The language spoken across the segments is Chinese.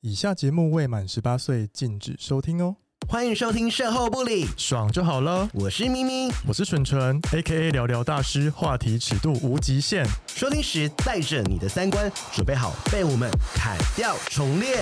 以下节目未满十八岁禁止收听哦，欢迎收听《售后不理》，爽就好了。我是咪咪。我是纯纯，A K A 聊聊大师，话题尺度无极限。收听时带着你的三观，准备好被我们砍掉重练。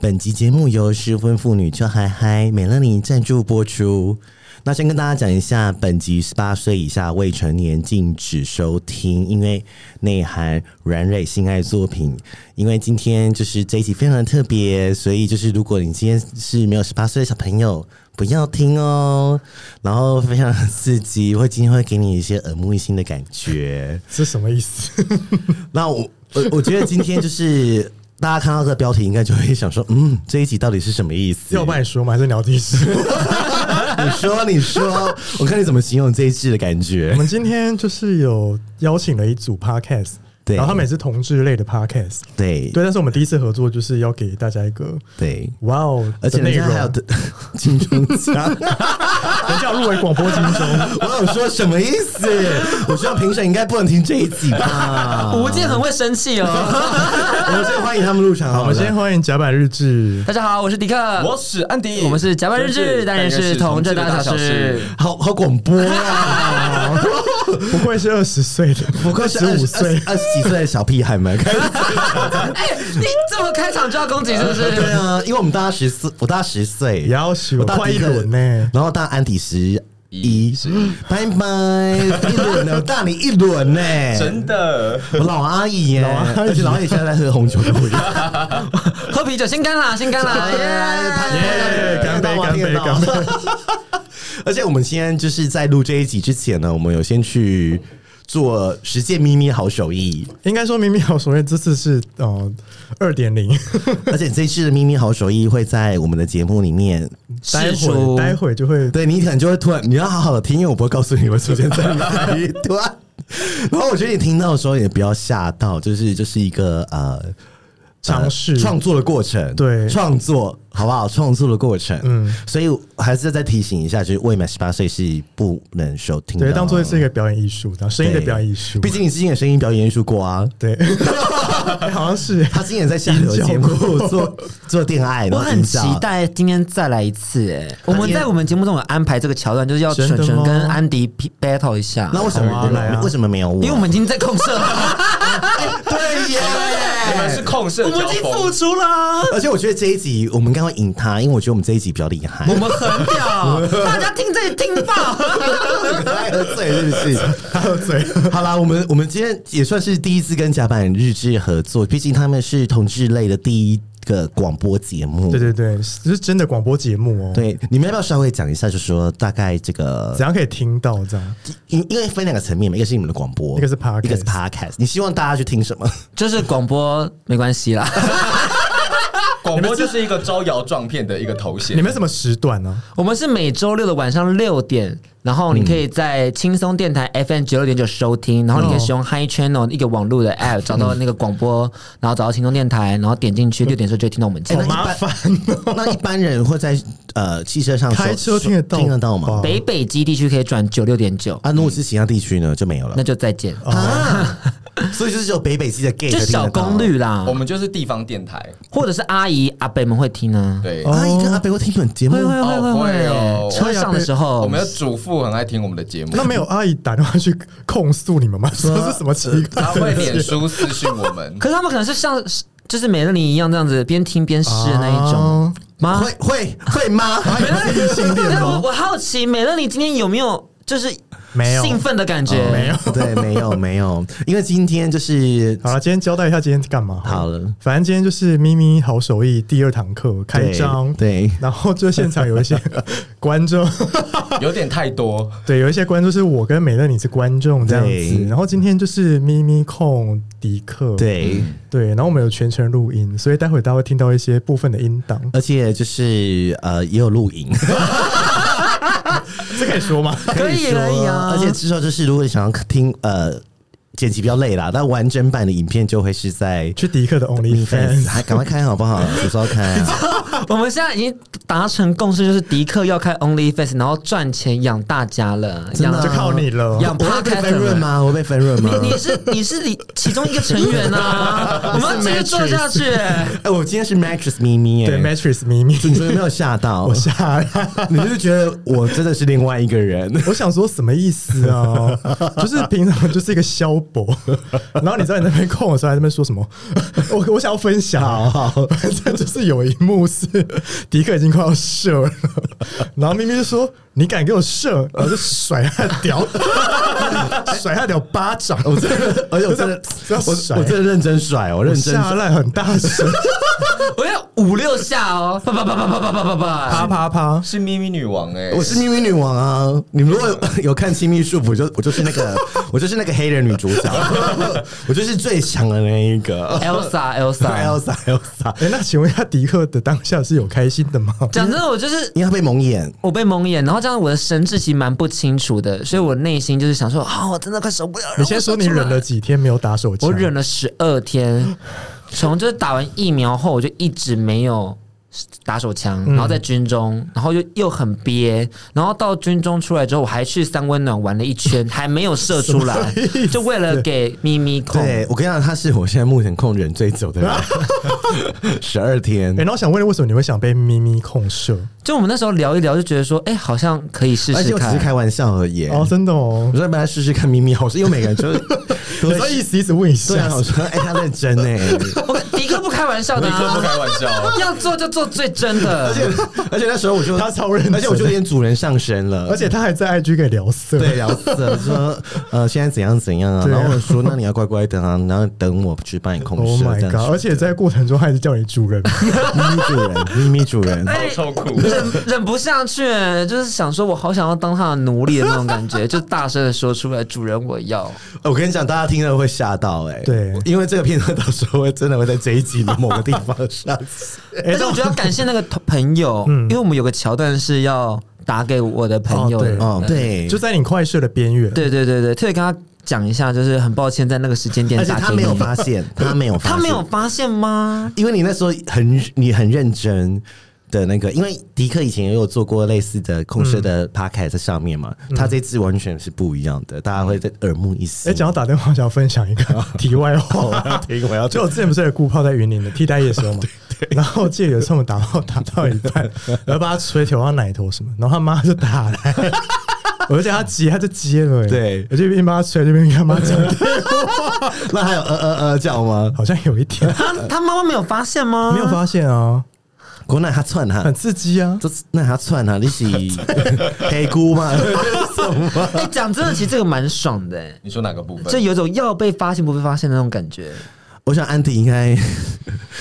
本集节目由失婚妇女邱嗨嗨美乐妮赞助播出。那先跟大家讲一下，本集十八岁以下未成年禁止收听，因为内含软蕊性爱作品。因为今天就是这一集非常的特别，所以就是如果你今天是没有十八岁的小朋友，不要听哦。然后非常的刺激，会今天会给你一些耳目一新的感觉。是什么意思？那我我 我觉得今天就是大家看到这个标题，应该就会想说，嗯，这一集到底是什么意 思？要不然你说吗？还是聊地师？你说，你说，我看你怎么形容这一季的 感我觉。们今天就是有邀请了一组 podcast，对然后他们也是同志类的 podcast，对对。但是我们第一次合作就是要给大家一个对，哇哦而且的内人容家， 还有得 金钟奖，人家有入围广播金钟，我有说什么意思？ 我觉得评审应该不能听这一集 吧。吴健很会生气哦。我们先欢迎他们入场好我了。们先欢迎甲板日志。 大家好，我是迪克，我是安迪，我们是甲板日志，当然是同志大小事。。好好广播啊！ 不愧是二十岁的，不愧是十五岁，二十几岁的小屁孩们。开始 哎，你这么开场就要攻击是不 对是？啊，因为我们大家十四，我大家十岁，要求我大快一迪克轮呢然后大安迪十一，拜拜，一 轮呢，我大你一轮呢，真的，我老阿姨耶，而且老阿姨现在在喝红酒， 啊 喝啤酒先干啦，先干 啦，哎耶！耶干杯干杯干杯！ 而且我们今天就是在录这一集之前呢，我们有先去做实践咪咪好手艺，应该说明明好所谓这次是呃二点零，而且这次的咪咪好手艺会在我们的节目里面待试会出，待会就会对你可能就会突然，你要好好的听，因为我不会告诉你会出现在哪里。突然，然后我觉得你听到的时候也不要吓到，就是就是一个呃尝试呃创作的过程，对创作好不好？创作的过程，嗯嗯，所以我还是再提醒一下，就是未满十八岁是不能收听的哦，对，当做是一个表演艺术，然后声音的对表演艺术。毕竟你之前也声音表演艺术过啊。对，哎好像是他之前也在下流节目研究过 做做恋爱，我然后很营期造待今天再来一次哎！我们在我们节目中有安排这个桥段，就是要真纯的吗纯跟安迪 P- battle 一下，那为什好啊来啊么为什么没有我？因为我们已经在控社了，对耶，你们是控 我社们交已经付风，出了。 而且我觉得这一集我们应该会赢他，因为我觉得我们这一集比较厉 害我。们很屌， 大家听这里听 爆！太喝醉是不是？他喝醉，好啦，我们我们今天也算是第一次跟甲板日志合作，毕竟他们是同志类的第一个广播节目。对对对，是真的广播节目哦。，对你们要不要稍微讲一下，就说大概这个怎样可以听到这样？因因为分两个层面嘛，一个是你们的广播，一个是 podcast 一个是 podcast。你希望大家去听什 么？就是广播没关系啦，广播就是一个招摇撞骗的一个头衔。你们什么时段呢？我们是每周六的晚上六点，然后你可以在轻松电台 FM 九六点九收听，然后你可以使用 Hi Channel 一个网络的 app 找到那个广播，然后找到轻松电台，然后点进去六点的时候就会听到我们节目。麻烦哦，那一般人会在呃汽车上开车收收听得到哦听得到吗吧？北北基地区可以转九六点九，啊，如果是其他地区呢，就没有了那。就再见，啊，所以就是只有北北西的 gay 就才听得小到功率啦我，们就是地方电台，或者是阿姨阿伯们会听啊，对，阿姨跟阿北会听你们节目会，会会会哦会哦车上的时候，我们的主妇很爱听我们的节目，那没有阿姨打电话去控诉你们吗？说是什么奇怪他会脸书私讯我们 ，可是他们可能是像就是美乐你一样这样子边听边试的那一种啊吗？会会会吗？异性恋但我吗？ 我好奇，美乐，你今天有没有就是没有哦兴奋的感觉？没有。对，没有没有，因为今天就是呃好了，今天交代一下今天干嘛了好了，反正今天就是咪咪好手艺第二堂课开对张，对然后就现场有一些观众，有点太多，对，有一些观众是我跟美乐你是观众这样子，对然后今天就是咪咪控迪克，对，对，然后我们有全程录音，所以待会大家会听到一些部分的音档，而且就是呃也有录影，这可以说吗？可以可以啊而且之后就是如果你想要听呃。剪辑比较累啦，但完整版的影片就会是在去迪克的 OnlyFans， OnlyFans，还赶快开好不好？什么时候开？我们现在已经达成共识，就是迪克要开 OnlyFans，然后赚钱养大家了，真的养啊就靠你了。养我会被 podcast 分润吗？我会被分润吗？你是你是你其中一个成员 啊，我们要继续做下去、哎，我今天是 Mattress 咪咪对哎， ，Matrix 咪咪，你有没有吓到？我吓了，你就是觉得我真的是另外一个人。 我想说什么意思 啊？就是平常就是一个消薄，然后你知道你在那边控我的时候，还在那边说什么？ 我我想要分享， 反正就是有一幕是迪克已经快要射了， 然后咪咪就说：“你敢给我射？”然后就甩他的屌， 甩他的屌巴掌，我真的， 而且我 真的这样，我甩我真的认真甩，我认我真下烂很大 声，我要五六下哦，叭叭叭叭叭叭叭叭啪叭。啪啪。是咪咪女王哎、我是秘密女王啊！你们如果有 有看《亲密束缚》，就我就是那个，我就是那个黑人女主角， 我就是最强的那一 个。 Elsa Elsa， Elsa，Elsa，哎、那请问一下，迪克的当下是有开心的吗？讲真的，我就是因为她被蒙眼，我被蒙眼，然后这样我的神志其实蛮不清楚的，所以我内心就是想说，啊、我真的快受不了了。你先说你我受不忍了几天没有打手枪？我忍了十二天，从就是打完疫苗后，我就一直没有打手枪，然后在军中，然后又又很憋，然后到军中出来之后，我还去三温暖玩了一圈，还没有射出来，就为了给咪咪控。对我跟你讲，她是我现在目前控忍最久 的人，十二天哎、。那我想问，为什么你会想被咪咪控射？就我们那时候聊一聊，就觉得说，哎、好像可以试而试哎且我只是看。开玩笑而已。哦，真的哦我，说要不要来试试看咪咪好是因为每个 人就是，有时候意思意思问一下对，啊，我说哎，他认 真哎，我迪克不开玩笑的、迪克不啊，开玩笑，要做就做最真的。而且那时候我就他超认真而且我就有点主人上身了，而且他还在 IG 给聊色，对，聊死了，说呃现在怎样怎样啊，对啊然后我说那你要乖乖的啊，然后等我去帮你控，Oh 制啊 my 这样 god！而子。且在过程中还是叫你主人，咪咪主人，咪咪主 人，哎好臭 苦。忍忍不下去，就是想说，我好想要当他的奴隶的那种感 觉，就大声的说出来，主人我要。我跟你讲，大家听了会吓到哎、对因为这个片段到时候会真的会在这一集的某个地方上线。哎但是我觉得要感谢那个同朋 友，因为我们有个桥段是要打给我的朋友的，哦， 对，就在你快射的边缘，对对对对，特别跟他讲一下，就是很抱歉在那个时间点而且打给你，他没有发现，他没有发现，他没有发现吗？因为你那时候很你很认真的那个，因为迪克以前也有做过类似的控射的 p o c a s t 在上面嘛，他这次完全是不一样的，大家会在耳目一新。哎，讲到打电话，想要分享一个 题外话。啊听，我 要就我之前不是有顾炮在云林的替代夜的时候 嘛，然后我记得有一次我们打炮打到一半，然后把他吹头到奶头什么，然后他妈就打来， 我就叫他接，他就接了、哎对我就一边帮他吹，一边跟他妈讲， 那还有呃呃呃叫吗？好像有一点啊他他妈妈没有发现吗？没有发现啊，国内他窜哈很，刺激啊。这那他窜哈，你是黑姑吗？ 什么？哎，讲真的，其实这个蛮爽的、哎你说哪个部分？就有种要被发现不被发现的那种感觉。我想安迪应该，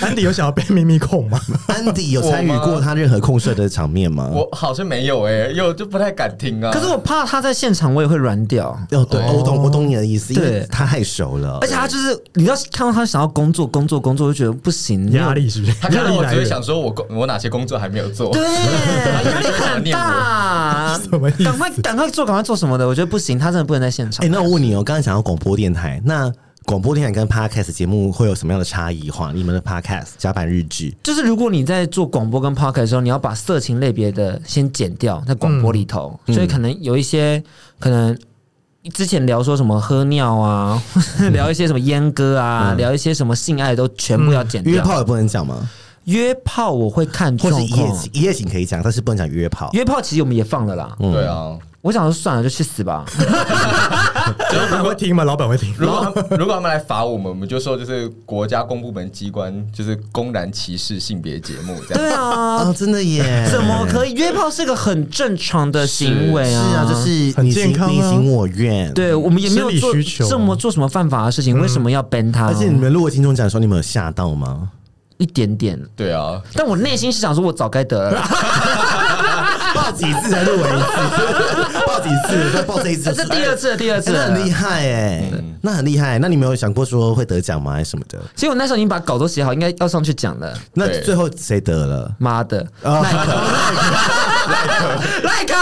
安迪有想要被秘密控 吗？安迪有参与过他任何控射的场面吗？我好像没有哎、又就不太敢听啊。可是我怕他在现场，我也会软掉。哦，对，我懂，我懂你的意思，因为对他太熟了，而且他就是，你要是看到他想要工作、工作、工作，就觉得不行，压力是不是？他压看到力我来只会源想说我工我哪些工作还没有做。对，压力 很 大什么意思，赶快赶快做，赶快做什么的？我觉得不行，他真的不能在现哎、场。那我问你哦，刚才讲到广播电台，那广播电台跟 podcast 节目会有什么样的差异化？你们的 podcast 甲板日志， 就是如果你在做广播跟 p o c k e t 的时候，你要把色情类别的先剪掉在广嗯播里头，所以可能有一些可能。之前聊说什么喝尿啊， 聊一些什么阉割啊，聊一些什么性爱都全部要剪嗯掉。约炮也不能讲吗？约炮我会看或状是一夜况，情，一嗯夜情可以讲，但是不能讲约炮。约炮其实我们也放了啦。对啊，我想说算了，就去死吧。老板会听吗？老板会听。如果他 们如果他们来罚我们，我们就说就是国家公部门机关就是公然歧视性别节目这样。对啊，啊、真的耶？怎么可以？啊约炮是个很正常的行为是啊，啊，就是很你健情、康啊你情我愿。，对我们也没有做生理需求这么做什么犯法的事情，为什么要 ban 他？而哦且你们如果听众讲说，你们有吓到 吗？一点点，对啊，但我内心是想说，我早该得了啦，报几次才入围一次？报几次？再报这一次？ 这是第二次了，第二哎。次那了。很厉害哎、那很厉害。那你们有想过说会得奖吗？还是什么的？其实我那时候已经把稿都写好，应该要上去讲了。那对最后谁得了？哦 妈的，啊、赖 克，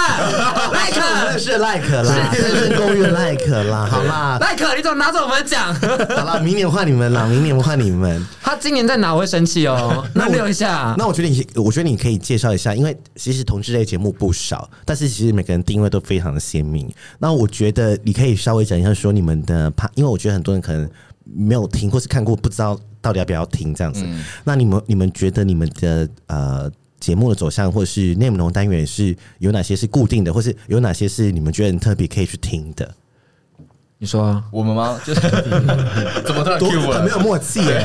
赖克，是 like 啦，是公寓 like 啦，好啦，赖克，你怎么拿走我们的奖？好啦，明年换你们啦，明年换你们。他今年在哪我会生气哦， 那留一下。那我觉得你，我觉得你可以介绍一下，因为其实同志类节目不少，但是其实每个人定位都非常的鲜明。那我觉得你可以稍微讲一下说你们的怕，因为我觉得很多人可能没有听或是看过，不知道到底要不要听这样子。那你们你们觉得你们的呃节目的走向，或者是内容单元是有哪些是固定的，或是有哪些是你们觉得很特别可以去听的？你说啊，我们吗？就 是怎么突然多 Q 我呃很没了？有默契耶、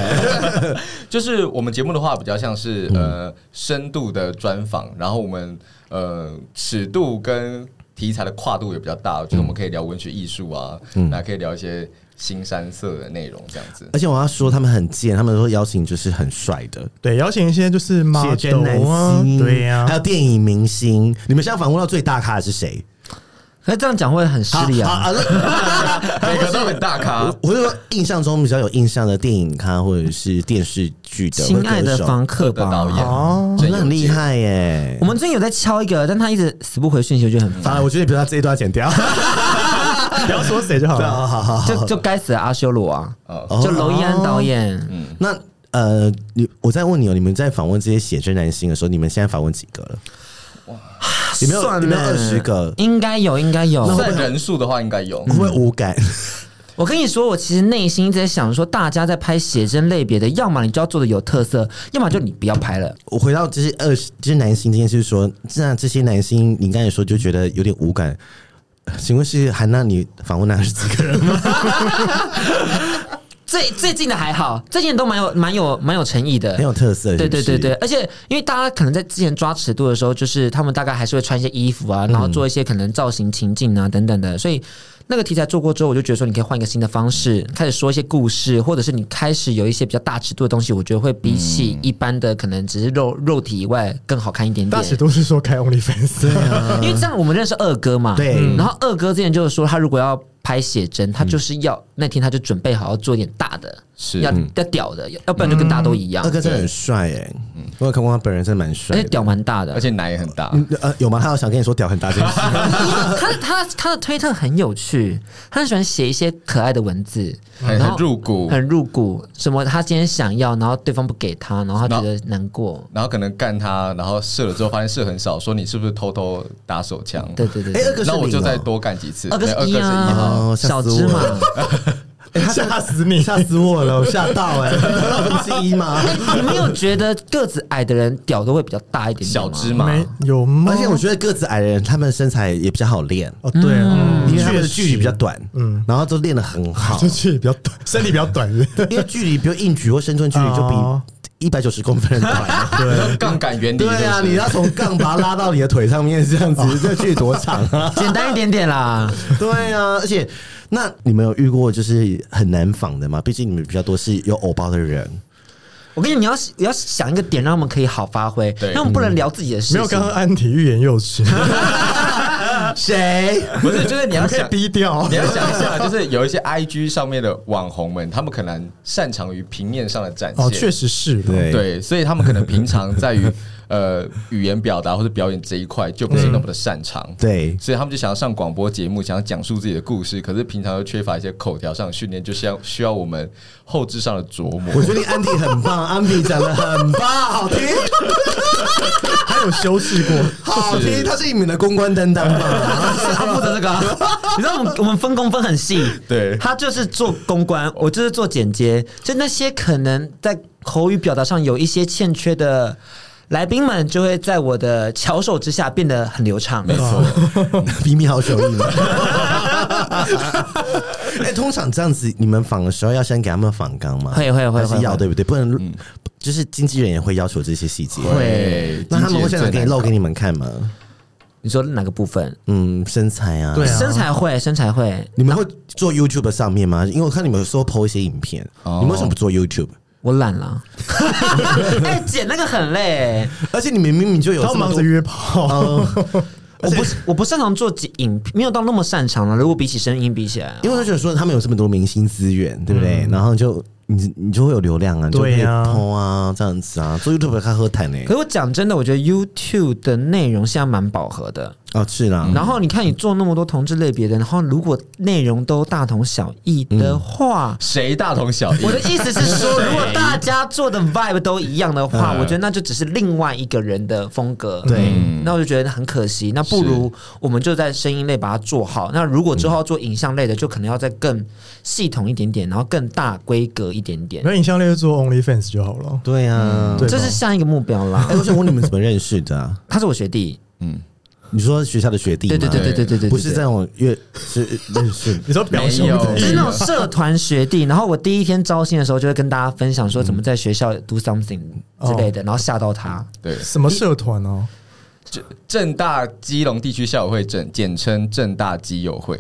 就是我们节目的话，比较像是嗯呃深度的专访，然后我们呃尺度跟题材的跨度也比较大，嗯就是我们可以聊文学艺术啊，那可以聊一些新山色的内容，这样 子。而且我要说，他们很贱，他们说邀请就是很帅的，对，邀请一些就是谢 model 真南啊，希，对呀、 还有电影明星。你们现在访问到最大咖的是谁？可是哎这样讲会很失礼啊。好！好每个都很大咖好， 我是说，印象中比较有印象的电影咖或者是电视剧的亲爱的歌手房客吧的，导哦演，真的郑啊很有厉基。害耶 我！们最近有在敲一个，但他一直死不回讯息，我觉得很反烦。正我觉得你不要这一段剪掉，不要说谁就好对啊了。好好好好，就就该死的阿修罗啊，哦，哦就娄艺安导演， 那。呃，你我在问你哦，你们在访问这些写真男星的时候，你们现在访问几个了？有没有算有没有呃了20个应该有，应该有。算人数的话，应该有会。不会无感？我跟你说，我其实内心一直在想说，大家在拍写真类别的，要么你就要做的有特色，要么就你不要拍了。我回到这些二十这些男星这件事说，那这些男星你刚才说就觉得有点无感，请问是韩娜你访问那是几个人吗？最最近的还好，最近都蛮有蛮有蛮有诚意的很。有特色是不对是，对对对，而且因为大家可能在之前抓尺度的时候，就是他们大概还是会穿一些衣服啊，然后做一些可能造型情境啊等等的，所以那个题材做过之后，我就觉得说你可以换一个新的方式，开始说一些故事，或者是你开始有一些比较大尺度的东西，我觉得会比起一般的可能只是肉肉体以外更好看一点大点尺。度是说开 OnlyFans，对啊， 因为这样我们认识二哥嘛，对嗯然后二哥之前就是说，他如果要拍写真，他就是要那天他就准备好要做一点大的，是要要屌的，要要不然就跟大家都一样二。哥真的很帅哎，我有看过他本人，真的蛮帅而且的。哎屌蛮大的，而且奶也很大。嗯呃，有吗？他有想跟你说屌很大这件事？他他他的推特很有趣，他很喜欢写一些可爱的文字，很然后很入骨嗯很入骨。什么他今天想要，然后对方不给他，然后他觉得难过。然后可能干他，然后射了之后发现射很少，说你是不是偷偷打手枪？对对对哎，二对，哥是那我零就哦再多干几次。二哥对是一号啊哦，小吓死芝我麻。了哎他吓死你！吓死我了，我吓到 哎，不是一吗？你没有觉得个子矮的人屌都会比较大一点点小吗？芝麻，没有吗？而且我觉得个子矮的人，他们身材也比较好练，哦，对啊，嗯因为他们的确距离实比较，短，嗯，然后都练得很好 就。距离比较短，身体比较短是不是因为距离，比如硬举或深蹲距离就哦比一百九十公分的短。你说杠杆原理是不是。对啊，你要从杠把它拉到你的腿上面，这样子，这距离多长啊？简单一点点啦。 对啊，而且那你们有遇过就是很难仿的吗？毕竟你们比较多是有偶包的人，我跟你，你要你要想一个点，让他们可以好发挥，对因为我们不能聊自己的事情。啊没有刚刚安体欲言又止，谁？不是，就是你啊要可以想，低调 你。要想一下，就是有一些 IG 上面的网红们，他们可能擅长于平面上的展现，哦，确实是，对对，所以他们可能平常在于呃语言表达或者表演这一块就不是那么的擅长。 对，所以他们就想要上广播节目，想要讲述自己的故事，可是平常又缺乏一些口条上的训练，就需要需要我们后置上的琢磨。我觉得安迪很棒，安迪讲的很棒，好听，他有修饰过，好听，他是你们的公关担当嘛？他负责这个啊、你知道我们我们分工分很细，对他就是做公关，我就是做剪接，就那些可能在口语表达上有一些欠缺的。来宾们就会在我的巧手之下变得很流畅，没错。比米好手艺嘛。哎，通常这样子，你们访的时候要先给他们访纲吗？会会会还是会要会嗯对不对？不能，就是经纪人也会要求这些细节。对，那他们会现场给你露给你。你们看吗？你说哪个部分？嗯，身材啊，对啊身材会，身材会。你们会做 YouTube 上面吗？因为我看你们有时候 PO 一些影片，哦你们为什么不做 YouTube？我 懒了，哎、剪那个很累，而且你们明明就有他这么忙多着约炮，我不我不擅长做剪影，没有到那么擅长了。如果比起声音比起来，因为我就觉得说他们有这么多明星资源，对不对？然后就你你就会有流量啊，你就可对以啊通啊，这样子啊，做 YouTube 看喝谈呢、可是我讲真的，我觉得 YouTube 的内容现在蛮饱和的。哦，是啦，然后你看，你做那么多同志类别的，然后如果内容都大同小异的话，谁大同小异？我的意思是说，如果大家做的 vibe 都一样的话，我觉得那就只是另外一个人的风格。对，那我就觉得很可惜。那不如我们就在声音类把它做好。那如果之后要做影像类的，就可能要再更系统一点点，然后更大规格一点点 没。有影像类就做 OnlyFans 就好了。对啊，对这是下一个目标啦哎、。我想问你们怎么认识的、啊？他是我学弟，你说学校的学弟吗？对对对对对对对，不是对在我乐是认识你说表兄没有 弟就是那种社团学弟，然后我第一天招新的时候就会跟大家分享说怎么在学校 do something 之类的，然后吓到他。对，什么社团哦？正大基隆地区校友会简简称正大基友会，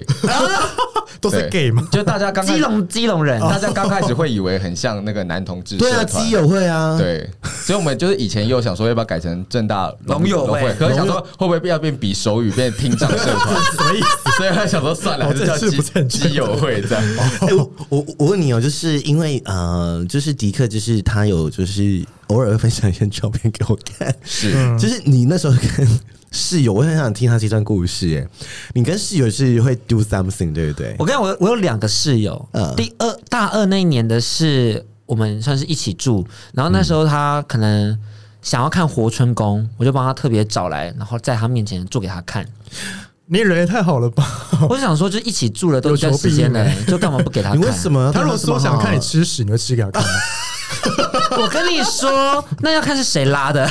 都是 gay 吗？就大家刚开哦基始，隆基隆人， 大家刚开始会以为很像那个男同志 对啊，社团基。友会啊，对，所以我们就是以前又想说要不要改成正大龙友会会，可是想说会不会要变比手语变听障社团，什么意思？ 所以他想说算了，还哦是叫这是基不正哦确基友会这样。 哎、我我我问你哦，就是因为呃，就是迪克，就是他有就是偶尔会分享一些照片给我看，是嗯 就是你那时候跟室友，我很想听他这段故事。哎，你跟室友是会 do something 对不对我？跟你讲，我我有两个室友，嗯第二大二那一年的是我们算是一起住，然后那时候他可能想要看活春宫，我就帮他特别找来，然后在他面前做给他看。你人也太好了吧？我就想说，就一起住了都有一段求时必间应了，就干嘛不给他 你看？为什么要他对如果这么说想好看你吃屎，你会吃给他看吗？我跟你说，那要看是谁拉的。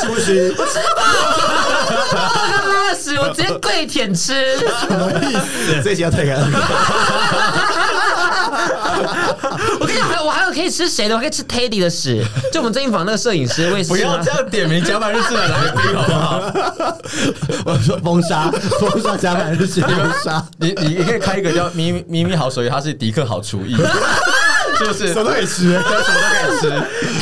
是不是？他拉屎，我直接跪舔吃。这集要太感恩。我跟你讲，还有我还有可以吃谁的？我可以吃 Teddy 的屎。就我们最近访那个摄影师，我也是。 不要这样点名甲板日志的来宾好不好？我说封杀，封杀加班日是封杀。你你你可以开一个叫咪咪咪咪好手艺，他是迪克好厨艺， 就是什么都可以吃、欸。什么都可以吃。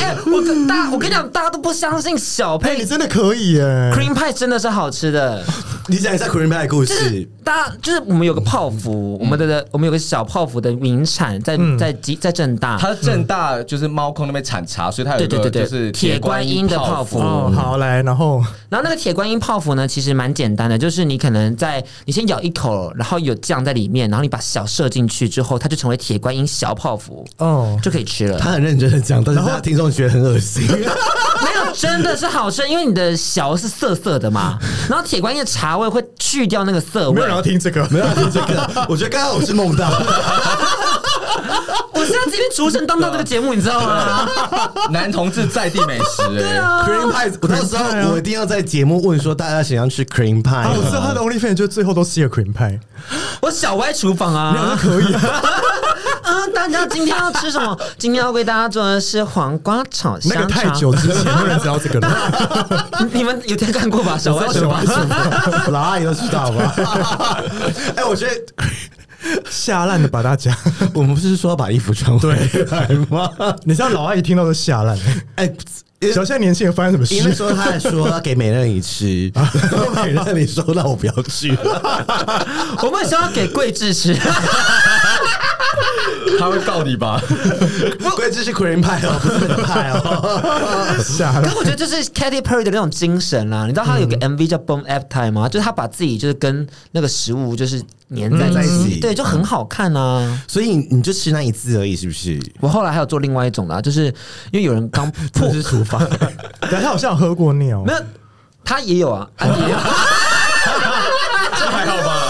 哎、我跟大家我跟你讲，大家都不相信小哎、佩你真的可以耶、 cream pie 真的是好吃的。你讲一下 Korean Pie 的故就是 事。大家就是我们有个泡芙，我们嗯的我们有个小泡芙的名产在在吉在正大。他正大就是猫空那边产茶，所以他有一对个对对就对是铁观音的泡泡芙哦，好来，然后然后那个铁观音泡芙呢，其实蛮简单的，就是你可能在你先咬一口，然后有酱在里面，然后你把小射进去之后，它就成为铁观音小泡芙，哦，就可以吃了。他很认真的讲，但是他听众觉得很恶 心。没有，真的是好吃，因为你的小是涩涩的嘛，然后铁观音的茶味会去掉那个涩没味有。人啊要听这个，没有听这个，我觉得刚刚我是梦到，我现在这边主持人当到这个节目，你知道 吗？男同志在地美食、欸，啊 cream pie，我到时候我一定要在节目问说大家想要吃 cream 啊，我知道 pie。他的 OnlyFans 就最后都吃了 cream pie，我小歪厨房啊，可以、 啊，大家今天要吃什么？今天要为大家做的是黄瓜炒香那肠。个太久之前没有人知道这个了， 你，你们有天看过吧？小歪厨小房歪厨。老阿姨都知道吧？哎、我觉得吓烂的吧大家。我们不是说要把衣服穿回来吗？你知道老阿姨听到都吓烂，哎、因小现在年轻人发生什么因为事？说他还说要给美乐你吃，啊美乐你说那我不要去了。我们想要给桂枝吃，他会告你吧？贵这是 cream pie 哦，不是 那个派哦。吓烂可。我觉得这是 Katy Perry 的那种精神啊啦。你知道她有个嗯 MV 叫《Boom Appetite》吗？就是她把自己就是跟那个食物就是粘在粘在一一起起，对，就很好看啊。所以你就吃那一次而已，是不是？我后来还有做另外一种啦，就是因为有人 刚破，是厨房，等一下他好像有喝过尿 没，有他也有啊，啊也有这还好吧？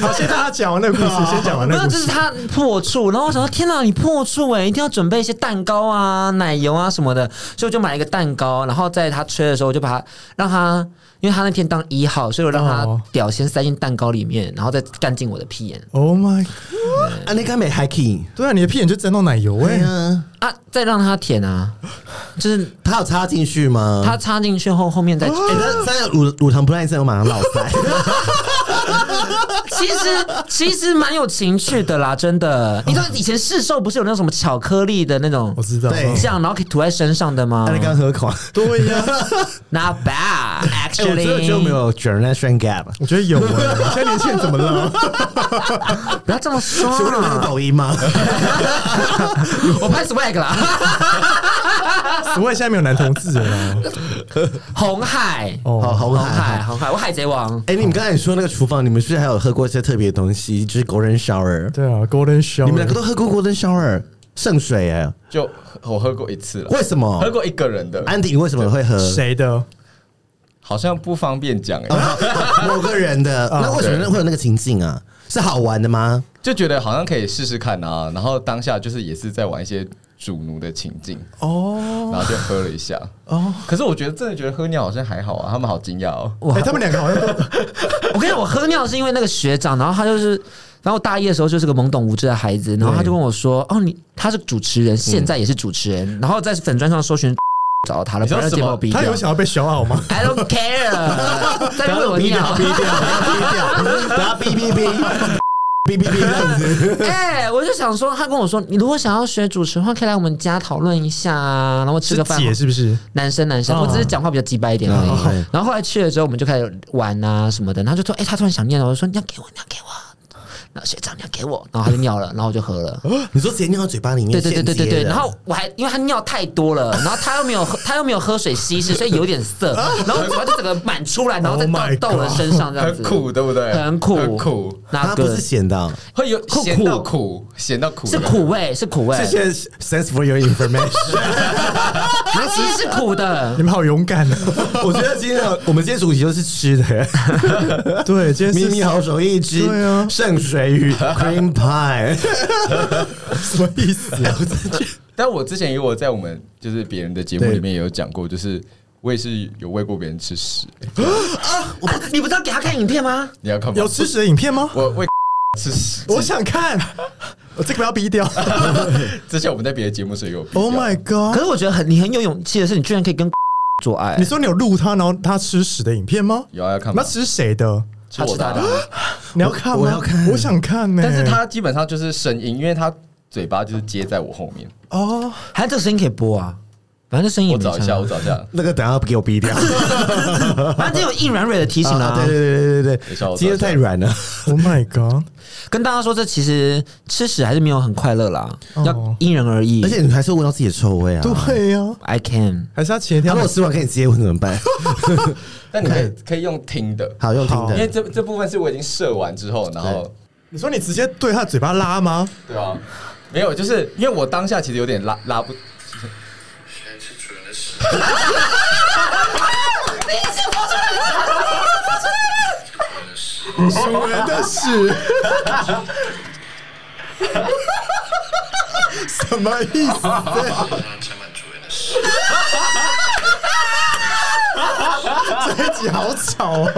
好，先让他讲完那个故事，先讲完没那有个故就是事。他破处，然后我想说天哪，你破处哎、一定要准备一些蛋糕啊、奶油啊什么的，所以我就买了一个蛋糕，然后在他吹的时候，我就把他让他，因为他那天当一号，所以我让他哦屌先塞进蛋糕里面，然后再干进我的屁眼 Oh my，God 啊，那个美 hiking，对啊，你的屁眼就沾到奶油哎、对啊，啊，再让他舔啊，就是他有插进去吗？他插 进去后，后面再。哎、欸，那三个乳乳糖不耐症，我马上落腮。其实其实蛮有情趣的啦，真的。你知道以前市售不是有那种什么巧克力的那种我知道，对酱，然后可以涂在身上的吗大家刚何况，对呀、 ？Not bad, 哎，我真的 actually。就没有 generation gap。我觉得有、欸。现在年轻人怎么了？不要这么说请问你们 有啊，抖音吗？我拍 swag 啦， 所谓现在没有男同志了啦。红海，好哦，好红海海，。红海，我海贼王。哎，你们刚才说那个厨房，你们是不是还有喝过一些特别的东西？就是 golden shower，对啊，Golden Show，你们两个都喝过 golden shower 圣水哎？就我喝过一次了，为什哦么喝？过一个人的，哎安迪，你为什么会喝？谁的？好像不方便讲哎、啊某个人的？那为什么会有那个情境啊？是好玩的吗？就觉得好像可以试试看啊。然后当下就是也是在玩一些主奴的情境，哦然后就喝了一下。哦，可是我觉得真的觉得喝尿好像还好啊，他们好惊讶哦。哎、他们两个好像都我跟你讲，我喝尿是因为那个学长，然后他就是，然后我大一的时候就是个懵懂无知的孩子，然后他就跟我说：“哦，你他是主持人，现在也是主持人。然后在粉砖上搜寻找到他了，你知道不然就什么把我逼掉他。有想要被消耗 吗？ I don't care，在为我尿。逼掉，然后哔哔哔哔哔哔这样子。 哎、我就想说，他跟我说，你如果想要学主持的话，可以来我们家讨论一下啊，然后吃是个饭。姐是不是？男生男生，哦我只是讲话比较鸡掰一点而哦已。然后后来去了之后，我们就开始玩啊什么的，然后就说：“哎，他突然想念了。”我就说：“你要给我，你要给我。”然后学长，你要给我，然后他就 尿了，然后我就喝了。哦你说直接尿到嘴巴里面，对对对对对现对，接的然后我还因为他尿太多了，然后他又没有喝，他又没有喝水稀释，所以有点涩，然后我嘴巴就整个满出来，然后再 Oh my 到到我的 God 身上这样很子，苦，对不对？很苦很苦，那它不是咸的哦，会有苦咸到苦，咸到苦，是。苦味，是苦味，谢呃谢 thanks for your information。它其实是苦的你。们好勇敢 啊！我觉得今天我们今天主题就是吃的，对，今天秘是密好手一只，对啊圣水与 cream pie， 什么意思 啊？但我之前也有在我们就是别人的节目里面也有讲过，就是我也是有喂过别人吃屎。啊你不是要给他看影片吗？你要看吗？有吃屎的影片吗？我喂吃屎，我想看， 我这个不要逼掉。之前我们在别的节目时候也有比 较。Oh my 哦可 god！是我觉得很你很有勇气的是，你居然可以跟 做爱你。说你有录他，然后他吃屎的影片吗？有啊要看吗那吃谁的？吃我的啊他吃，你要看吗？我我要看我想看呢、但是他基本上就是声音，因为他嘴巴就是接在我后面。哦，还有这个声音可以播啊，反正这声音也我没找一下，差我找一下。那个等下给我逼 掉。反正这种硬软蕊的提醒啊。对对对对对等一下对，我今天太软了。 Oh my god！跟大家说，这其实吃屎还是没有很快乐啦，哦要因人而异。而且你还是闻到自己的臭味啊！ 对呀、 I can，还是他前一他天如果吃完可以接吻怎么办？但你可以可以用听的， 好，用听好因为的。这这部分是我已经射完之后，然后你说你直接对他的嘴巴拉吗？对啊，没有，就是因为我当下其实有点拉拉不，主人的屎，什么意思？这一集好吵哦！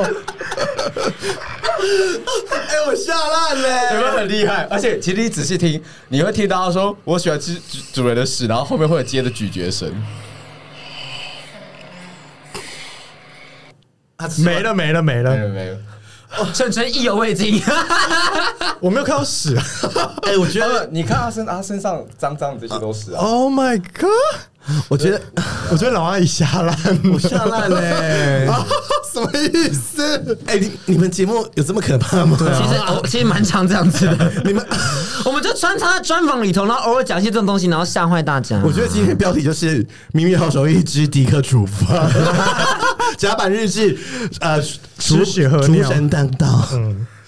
哎，我吓烂了。有没有很厉害？而且其实你仔细听，你会听到他说我喜欢吃主主人的屎，然后后面会有接的咀嚼声，没了没了没没有了，没有，晨晨意犹未 尽，我没有看到屎。啊哎，我觉没得，有，你看他身他身上脏脏的这些都是啊， Oh my god！我觉得我觉得老阿姨瞎烂， 我吓烂了。 啊什么意思？哎，你你们节目有这么可怕吗？其实我其实蛮常这样子的。 你们，我们就穿插在专访里头，然后偶尔讲一些这种东西，然后吓坏大嗯家。我觉得今天的标题就是《秘密好手一之迪克厨 房》，甲板日志，呃，厨吃屎和厨尿嗯神当道。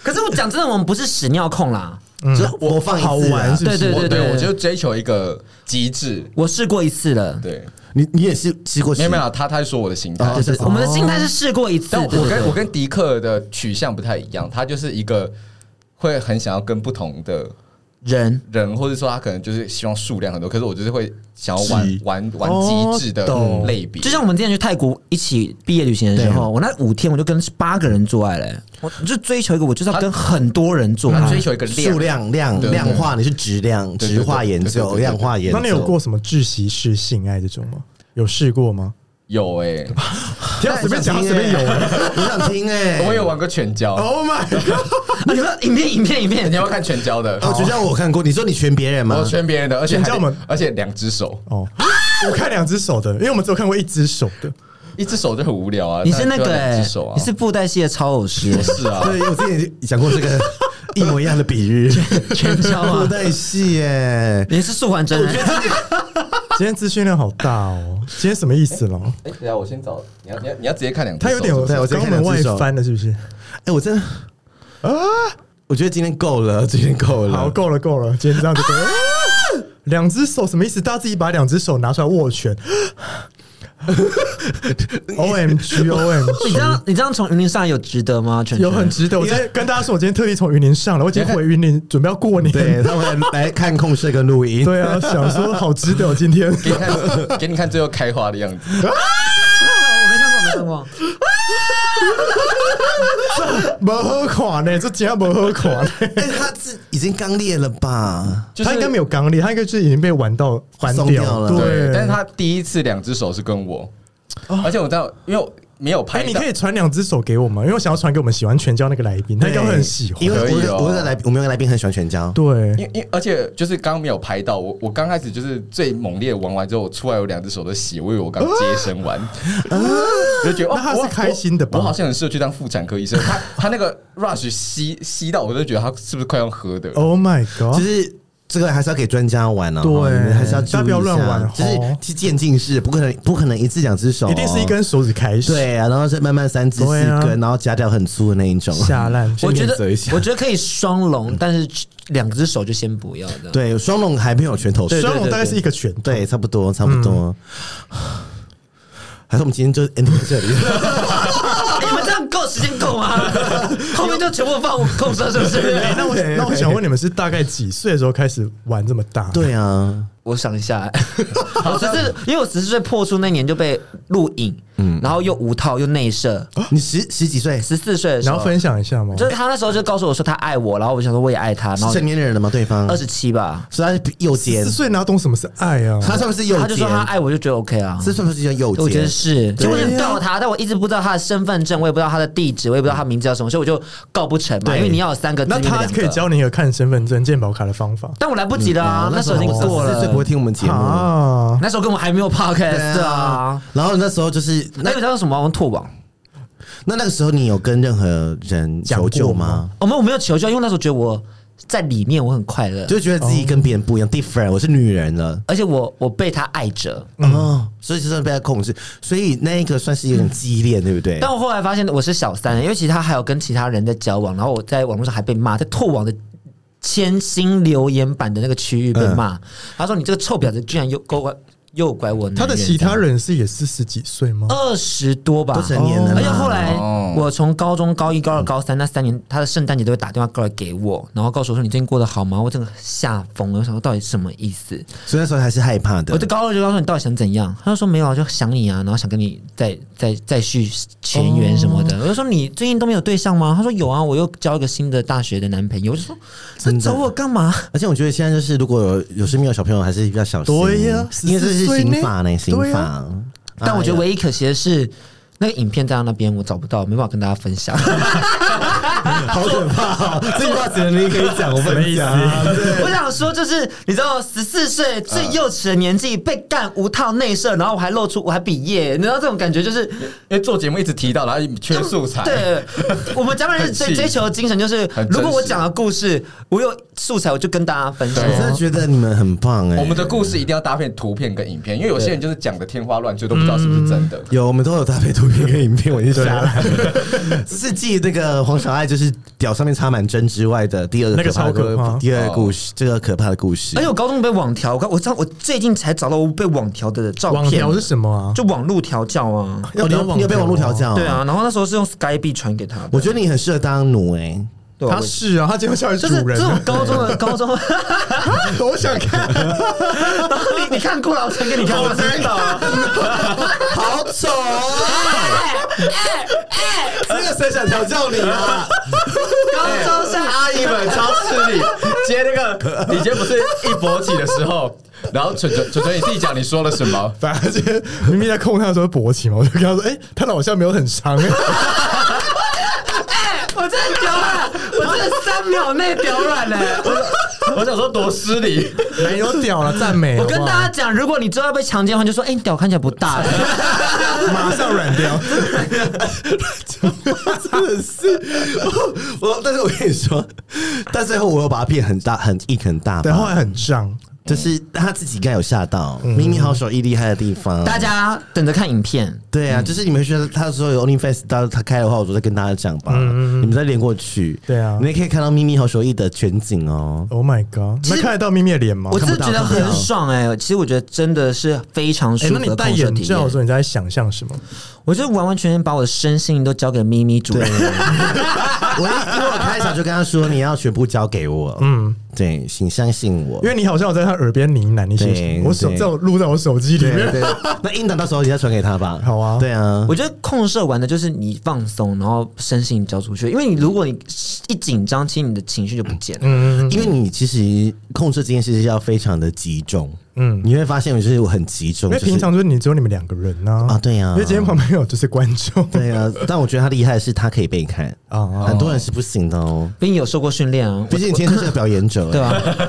可是我讲真的，我们不是屎尿控啦。就播放一次啊好玩是不是？对我对对我就追求一个极致，我试过一次了，对，你你也是吃过屎没有没有，他他说我的形态啊，就是我们的心态是试过一次。哦但对我跟对我跟迪克的取向不太一样，他就是一个会很想要跟不同的人人，或者说他可能就是希望数量很多，可是我就是会想要是玩玩玩哦机制的懂类比，就像我们之前去泰国一起毕业旅行的时候，我那五天我就跟八个人做爱嘞、我就追求一个，我就是要跟很多人做他追爱。求一个数量量对对量化，你是质量对对质化对研对对究，对量化研究。那你有过什么窒息式性爱这种吗？有试过吗？有哎、天啊，随便讲随便有啊。欸我想听哎、我有玩过拳交， Oh my god！ 啊，你们影片影片影片你，要不要看拳交的？哦，学校我看过，你说你选别人吗？我圈别人的，而且拳还交得门而且两只手，哦，我看两只手的，因为我们只有看过一只手的。一只手就很无聊啊。你是那个当然就要两哎只手啊？你是布袋戏的超偶师我 是啊？对，我之前讲过这个 一模一样的比 喻， 全交布啊，袋戏欸耶。你是素还真人，今天资讯量好大哦，今天什么意思 了？哎，等一下我先找，你要你要你要直接看两只手，他有点是不是对我先肛看门两外只手翻了，是不是？哎、我真的啊，我觉得今天够了， 今天够了。好，够了，够了，今天这样就够了。两只手什么意思？大家自己把两只手拿出来握 拳。O M G O M 你 G，这样你这样从云林上来有值得吗？哦全有很值得。我今天跟大家说，我今天特地从云林上来，我今天回云林准备要过年。 对他们来来看控室跟录音，对啊，想说好值得哦今 天。给你看， 给你看最后开花的样子。我没看过，我没看 过。没喝垮呢，这今天没喝垮呢。但是哎他是已经刚裂了吧？就是他应该没有刚烈，他应该是已经被玩到翻松掉了对，哎哦但是他第一次两只手是跟我，而且我知道，因为我没有哎、拍到，你可以传两只手给我吗？因为我想要传给我们喜欢拳交那个来宾，他应该会很喜欢啊因。为可以我哦我的来宾我们有个来宾很喜欢拳交，对，因因而且就是刚刚没有拍到，我我刚开始就是最猛烈地玩完之后，我出来有两只手的血，我以为我刚接生完，就觉得哦啊那他是我开心的吧我我好像很适合去当妇产科医生。他他那个 rush 吸吸到，我就觉得他是不是快要喝的？ Oh my 就 god！是。这个还是要给专家玩哦，对你们还是要注意大一下家不要乱玩就是哦是渐进式，不可能不可能一次两只手哦，一定是一根手指开始，对啊，然后再慢慢三至四对啊根，然后夹掉很粗的那一种。下烂。我觉得先练习一下我觉得可以双龙，但是两只手就先不要这样。对，双龙还没有拳头手，双龙大概是一个拳，对，差不多，差不多。嗯还是我们今天就 end 在这里。哎，你们这样够时间够 吗？后面就全部放空车是不哎、是？ 那我那我想问你们是大概几岁的时候开始玩这么大？， 对啊，我想一 下，我只是因为我十四岁破处那年就被录影，然后又无套又内射，你十十几岁十四岁的时然候后，分享一下吗？就是他那时候就告诉我说他爱我，然后我想说我也爱他，然是后成年人了吗？对方二，十七吧，所以他是右十肩四，岁哪懂什么是爱啊？他算不是右他就肩说？他爱我就觉得 OK 啊。这算不是叫右我觉得肩？是，对就我想告他，但我一直不知道他的身份证，我也不知道他的地址，我也不知道他名字叫什么，所以我就告不成嘛。对因为你要有三个字，那里面他两个可以教你一个看身份证、健保卡的方法但我来不及了嗯啊，那时候已经过十四岁了不会，听我们节目。嗯啊？那时候根本还没有 podcast 啊。，然后那时候就是那那个叫什么？我们拓网，那那个时候你有跟任何人求救吗？我们哦我没有求救，因为那时候觉得我在里面我很快乐，就觉得自己跟别人不一样，different，我是女人了。而且我我被他爱着。哦，所以就算被他控制，所以那一个算是有点激烈，对不对？但我后来发现我是小三，因为其实他还有跟其他人在交往，然后我在网络上还被骂，在拓网的千星留言板的那个区域被骂，嗯他说你这个臭婊子居然又勾拐诱拐我男人，他的其他人是也是十几岁吗？二十多吧，都成年了啦而且后来哦我从高中高一、高二、高三那三年，他的圣诞节都会打电话过来给我，然后告诉我说你最近过得好吗？我整个吓疯了，我想说到底什么意思？所以那时候还是害怕的。我就高二就告诉你到底想怎样，他就说没有啊，就想你啊，然后想跟你再再再续前缘什么的。哦我就说你最近都没有对象吗？他说有啊，我又交一个新的大学的男朋友。我就说这找我干嘛？而且我觉得现在就是，如果有有身边有小朋友，还是要小心。对呀因为这是14岁呢刑法呢，刑对法。呀但我觉得哎呀唯一可惜的是。那个影片在他那边，我找不到，没办法跟大家分享。好可怕哦，这句话只有你可以讲，我不能讲哎啊。对 我想说，就是你知道，十四岁最幼稚的年嗯纪被干无套内射，然后我还露出我还比耶，你知道这种感觉就是因为做节目一直提到，然后缺素材，对，我们甲板日很追气追求的精神就是很，真如果我实讲的故事，我有素材，我就跟大家分享对。我真的觉得你们很棒哎、我们的故事一定要搭配图片跟影片，因为有些人就是讲的天花乱坠，都不知道是不是真的。有，我们都有搭配图片跟影片， 我已经下来了。啊是继那个黄小爱就是屌上面插满针之外的第二个那个怕的超哦可怕第二个故事，这个可怕的故事而。且我高中被网调，我刚我知道我最近才找到我被网调的照片，网条是什么啊？就网路调教啊，要哦你你要要你要被网络调教、对，哦啊，然后那时候是用 Skype 传给他的，我觉得你很适合当奴哎、对啊他我是啊，他今天下来就主是人这种了，高中的高中，我想看。你你看过了，我传给你看，我知哦道啊。好丑啊！哎这个谁想调教你啊？高中是哎 阿姨们超吃力，接那个，你今天不是一勃起的时候，然后蠢蠢蠢蠢，你自己讲你说了什么？反而今天明明在控他的时候勃起嘛，我就跟他说：“哎、他的好像没有很长、 欸。我真的屌软，我真的三秒内欸屌软嘞！我想说多失礼，没有屌了，赞美。 我跟好不好大家讲，如果你之后要被强奸的话，你就说：“哎、你屌看起来不大。马上软掉，真的是我，我但是我跟你说，但最后我又把它变很大、很硬、很大对，后包，来很胀。就是他自己应该有吓到，嗯明明好手艺厉害的地方，”大家等着看影片。对嗯啊，就是你们觉得他说有 OnlyFans，到他开的话，我就再跟大家讲吧，你们再连过去，嗯对啊你们可以看到咪咪好手艺的全景 哦。 Oh my god！其那实看得到咪咪的脸吗？我看真不的觉得很爽哎、其实我觉得真的是非常舒哎、服那的你戴空手眼体罩的验时。候，你在想象什么？我就完完全全把我的身心都交给咪咪主对，人。我一我开场就跟他说，你要全部交给我，嗯，对，请相信我因。为你好像有在他耳边呢喃一些什对么，我手对在我录在我手机里对面。对，那应当到时候你再传给他吧。好啊对啊，我觉得控射完的就是你放松，然后身心交出去。因为你如果你一紧张，其实你的情绪就不见了。嗯，因为你其实控制这件事情要非常的集中，嗯嗯，你会发现我就是我很集中，因为就是平常就是你只有你们两个人呐、啊对啊因为今天旁边有就是观众对啊，但我觉得他厉害的是他可以被看， 啊，很多人是不行的哦。毕竟有受过训 练啊，毕竟你今天就是个表演者，对吧、啊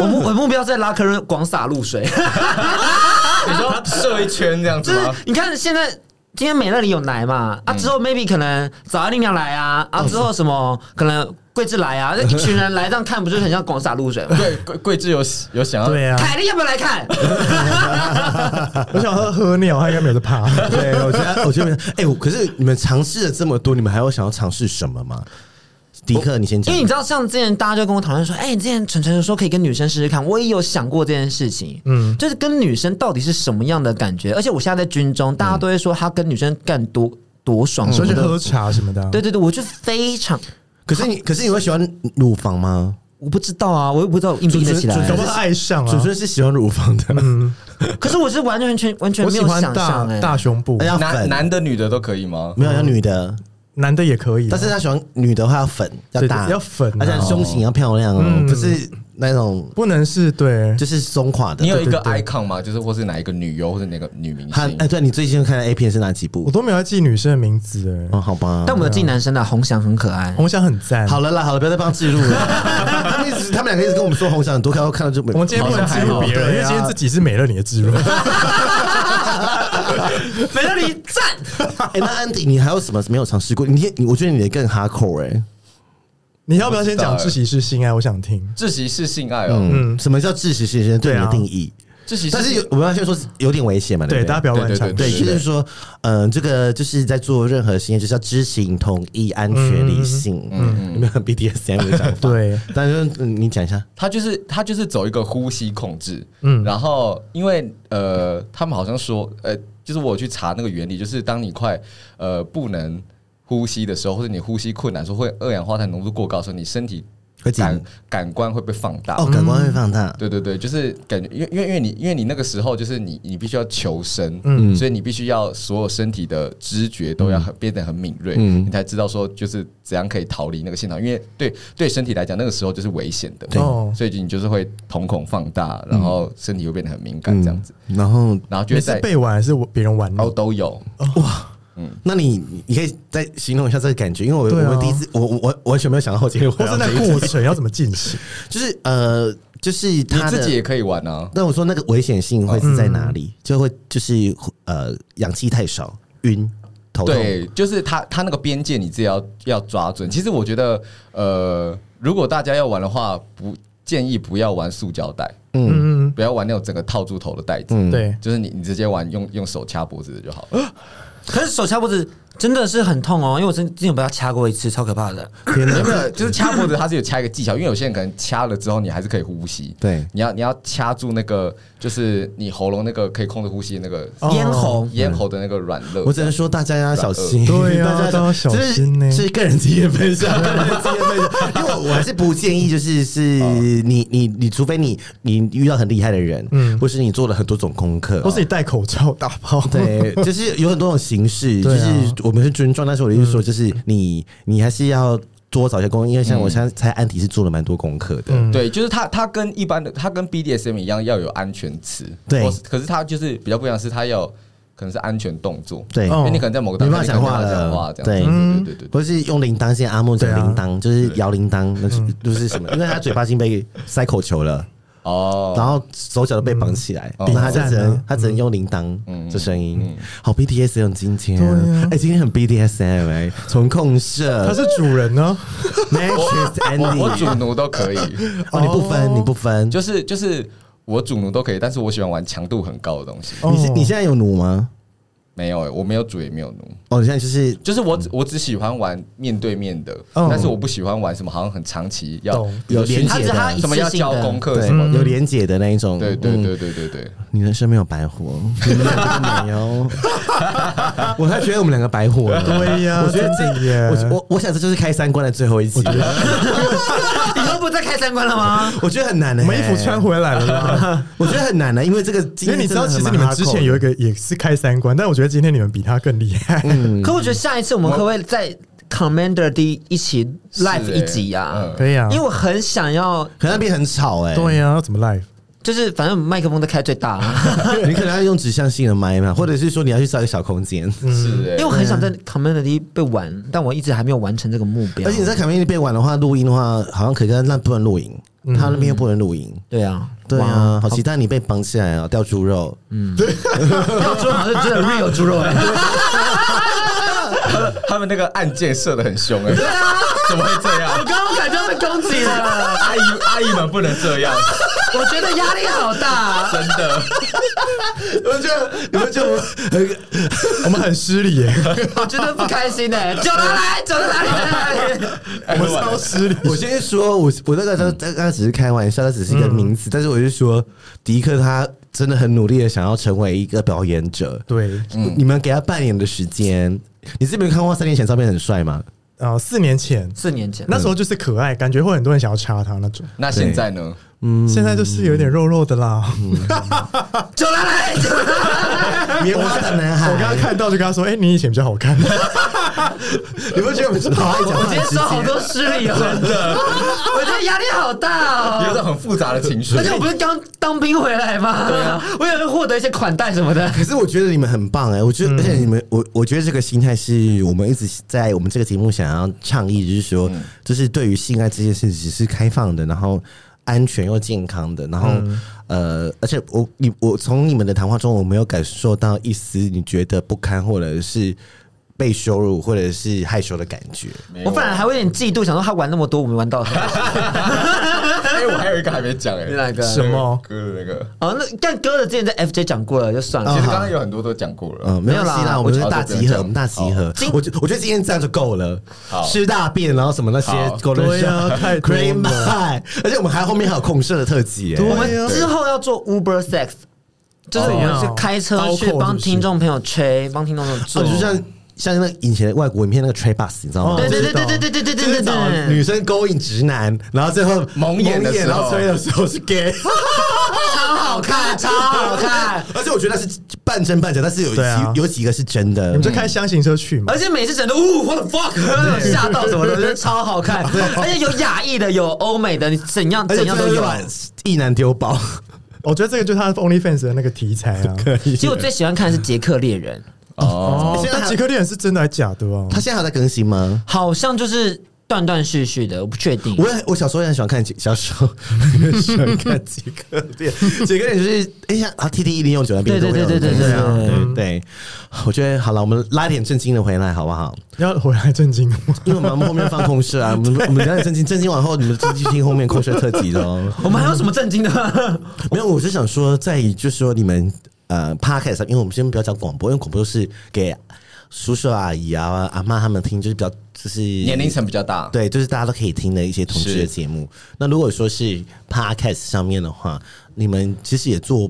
我目我目标在拉客人广撒露水，你说射一圈这样就子是吗？你看现在今天美乐里有来嘛，啊之后 maybe 可能早安丽娘来啊，啊之后什么可能桂枝来啊，那一群人来这样看不就是很像广撒露水 吗？ 对，桂桂枝有有想要对 啊，凯莉要不要来看？我想喝喝尿，他应该没有在怕。对，我 觉得，我觉得，哎、我可是你们尝试了这么多，你们还有想要尝试什么吗？迪克，你先因讲。为你知道，像之前大家就跟我讨论说，哎、你之前晨晨说可以跟女生试试看，我也有想过这件事情，嗯，就是跟女生到底是什么样的感觉？而且我现在在军中，大家都会说他跟女生干多多爽什嗯说么去的，喝茶什么的啊，对对对，我就非常。可是你，可是你会喜欢乳房吗？我不知道啊，我又不知道我硬不硬得起来准搞不准好他爱上主啊持。人是喜欢乳房 的，嗯可是我是完全全完全我没喜有欢想大象哎、大胸部哎，要男粉，男的女的都可以吗？没有要女的，男的也可以啊，但是他喜欢女的话要粉，要对大，要粉啊而且胸型要漂亮哦，不是那种不能是对就是松垮的。你有一个对呃对 icon 吗？就是或是哪一个女优或是哪个女明他星哎，？对你最近看的 A 片是哪几我部？都没有在记女生的名字哎哦，。好吧，但我们有自己男生的红翔很可爱，红翔很赞，好了啦，好了，不要再帮他记 录了。他们一直他们两个一直跟我们说红翔很多，看到看到就我们今天不能植入别人，因为今天自己是美乐你的植入。美乐里赞。哎，那安迪，你还有什么没有尝试过？你你我觉得你的更 hardcore 哎， 你要不要先讲自习是性爱？我想听。自习是性爱哦，嗯，什么叫窒息先生对你的定义？自习但是有我们要先说是有点危险嘛，对，不大家不要乱想。对，对就是说，嗯、这个就是在做任何实验，就是要知情同意、安全、理性。嗯，你们 很 BDSM 的想法。 对，但是、嗯你讲一下，他就是他就是走一个呼吸控制，嗯，然后因为呃，他们好像说，呃，就是我有去查那个原理，就是当你快呃不能呼吸的时候，或者你呼吸困难的时候，会二氧化碳浓度过高的时候，你身体会紧感感官会被放大。哦，感官会放大，对对对，就是感觉，因为因为因为你因为你那个时候就是你你必须要求生，嗯，所以你必须要所有身体的知觉都要很、变得很敏锐，嗯你才知道说就是怎样可以逃离那个现场，因为对对身体来讲那个时候就是危险的，哦所以你就是会瞳孔放大，然后身体会变得很敏感这样子，嗯。然后，然后你就会是在被玩还是我别人玩你哦？都有，那你你可以再形容一下这个感觉，因为我、对啊我们第一次，我我我我完全没有想到今天或会有是这那一过集，程要怎么进行？就是呃，就是你他自己也的。可以玩啊，那我说那个危险性会是在哪里？嗯就会就是呃，氧气太少，晕，头痛。对，就是他他那个边界你自己要要抓准。其实我觉得，呃，如果大家要玩的话，不建议不要玩塑胶袋。嗯，不要玩那种整个套住头的袋子，嗯对就是你你直接玩用用手掐脖子的就好了。 可是手掐脖子真的是很痛哦，因为我真之前有被他掐过一次，超可怕的。天没有哪！没有，就是掐脖子，它是有掐一个技巧，因为有些人可能掐了之后你还是可以呼吸，对你要你要掐住那个就是你喉咙那个可以控制呼吸的那个哦咽喉咽喉的那个软肋。我只能说大家要小心，对啊 大家大家要小心呢这是这是个人经验分享，个人经验分享。因为我还是不建议，就是是 哦你你你，除非你你遇到很厉害的人，嗯，或是你做了很多种功课，都是你戴口罩打炮。对， 就是有很多种形式，就对是啊嗯我们是尊重，但是我的意思说，就是你你还是要多找一些功课，因为像我现在猜安迪是做了蛮多功课的。嗯对，就是它，它跟一般的，它跟 BDSM 一样要有安全词，对或是可是它就是比较不一样，是它要可能是安全动作，对，哦因为你可能在某个当没下办你法讲话可能没办法了讲话这对嗯样子，对对对对或是用铃铛，现在阿莫嗯讲对啊铃铛，就是摇铃铛，那是就是什么？因为他嘴巴已经被塞口球了，然哦，后手脚都被绑起来，嗯那他就哦只赞能啊他只能用铃铛嗯这声音嗯，好 BDSM 今天对啊，哎，今天很 BDSM 哎，从控 他 射是主人哦呢、 matches 我我主 Andy，奴 都可以，哦，你不分哦你不分，就就是就是我主奴都可以，但是我喜欢玩强度很高的东西，哦你现你现在有弩吗？没有欸，我没有主也没有奴，哦，你现在就是就是我只我只喜欢玩面对面的，嗯但是我不喜欢玩什么好像很长期要懂比如有说连学接的习什么要交功课对什么的，有连结的那一种，嗯对对嗯对对对对，你人生没有白活， 你们两个没有， 我还觉得我们两个白活了。对呀我觉得真的耶这，我我我想这就是开三关的最后一集， 你都不再开三关了吗？ 我觉得很难的。我们衣服穿，回来了啦。我觉得很难的，因为这个经因历为你知道，其真的实很你蛮们之前有一个也是开三关，但我觉得今天你们比他更厉害。 可我觉得下一次我们可不可以在 Commander 第一一起 live 是一集啊嗯？可以啊因为我很想要，可能那边很吵哎。对呀、啊要怎么 live？就是反正麦克风都开最大啊， 你可能要用指向性的麦嘛，或者是说你要去找一个小空间。嗯是因为欸我很想在 Commander 第一被玩，但我一直还没有完成这个目标。而且你在卡面那边玩的话，录音的话好像可以，但那不能录音，嗯他那边又不能录音。对啊，对哇啊，好期待你被绑起来哦，掉猪肉。嗯 要猪肉好像真的 real 猪肉哎、他们他们那个按键射的很凶哎、怎么会这样？刚刚感觉被攻击了，阿姨阿姨们不能这样， 我觉得压力好大。啊真的。我觉得，我觉得我们很失礼耶，我觉得不开心 哎、九拿来，九拿来， 哎我们超失礼。 我先说，我我那个时候刚刚只是开玩笑，那只是一个名嗯词，但是我就说，迪克他真的很努力的想要成为一个表演者。对，你们给他半年的时间，你是没有看过三年前照片很帅 吗？呃，四年前四年前那时候就是可爱，感觉会很多人想要插他那种。那现在呢？嗯现在就是有点肉肉的啦。九拿来，九拿来。棉花的男孩，我刚刚看到就跟他说：“哎、你以前比较好 看。 你不觉得我们是好爱讲我话今天的收好多失礼哦，真的，我觉得压力好大有一哦。种很复杂的情绪而。且我不是刚当兵回来吗？对啊，我也会获得一些款待什么的。可是我觉得你们很棒哎、我觉得，而且你们，我我觉得这个心态是我们一直在我们这个节目想要倡议，就是说，就是对于性爱这件事情是开放的，然后安全又健康的，然后、呃，而且我你我从你们的谈话中，我没有感受到一丝你觉得不堪或者是被羞辱或者是害羞的感觉。没有我反而还会有点嫉妒，想说他玩那么多，我没玩 到。哎，我还有一个还没讲哎，哪个什么歌的那个？哦，那但哥的之前在 FJ 讲过了，就算其实了。刚刚有很多都讲过了嗯，。没有没有啦，啦我们我是觉得大这个集合，这样我们大集合今。我觉我觉得今天这样就够了好，吃大便，然后什么那些好狗人对啊太多 cream 了 pie，而且我们还后面还有控射的特辑耶。啊啊我们之后要做 Uber Sex，就是我们是啊开车哦去帮听众朋友吹，帮听众朋友哦，做。就像像那个以前的外国影片那个 tray bus，你知道吗？哦对对对对对对对对就是对对找对，女生勾引直男，然后最后蒙眼的时候然后吹的时候是 gay，超好看，超好看。 而且我觉得那是半真半假，但是有对啊几有几个是真”你的嗯们。就开箱型车去嘛而。且每次整都，呜，what the fuck，吓到什么的，我觉得超好 看。而且有亚裔的，有欧美的，你怎样而且怎样都最后就有。把一男丢包，我觉得这个就是他 OnlyFans 的那个题材啊。其实我最喜欢看的是《杰克猎人哦，哦现，在那还极客猎人是真的还假的哦？他现在还在更新吗？》，好像就是断断续续的，我不确定。我也我小时候也很喜欢看杰，小时候 很喜欢看杰克店，杰克店就是哎呀啊，T T 一零用九那边对都会对有对对对对啊对对对，我觉得好了，我们拉点正经的回来好不好？要回来震惊吗？因为我们后面放空 射啊，我们我们聊点正经，正经完后你们就去听后面空射特辑 喽。我们还有什么震惊的吗？没有，我是想说，在于就是说你们呃 podcast，上因为我们先不要讲广播，因为广播是给叔叔阿姨啊、阿妈他们听，就是比较就是年龄层比较大。对，就是大家都可以听的一些同志的是节目。那如果说是 podcast 上面的话，你们其实也做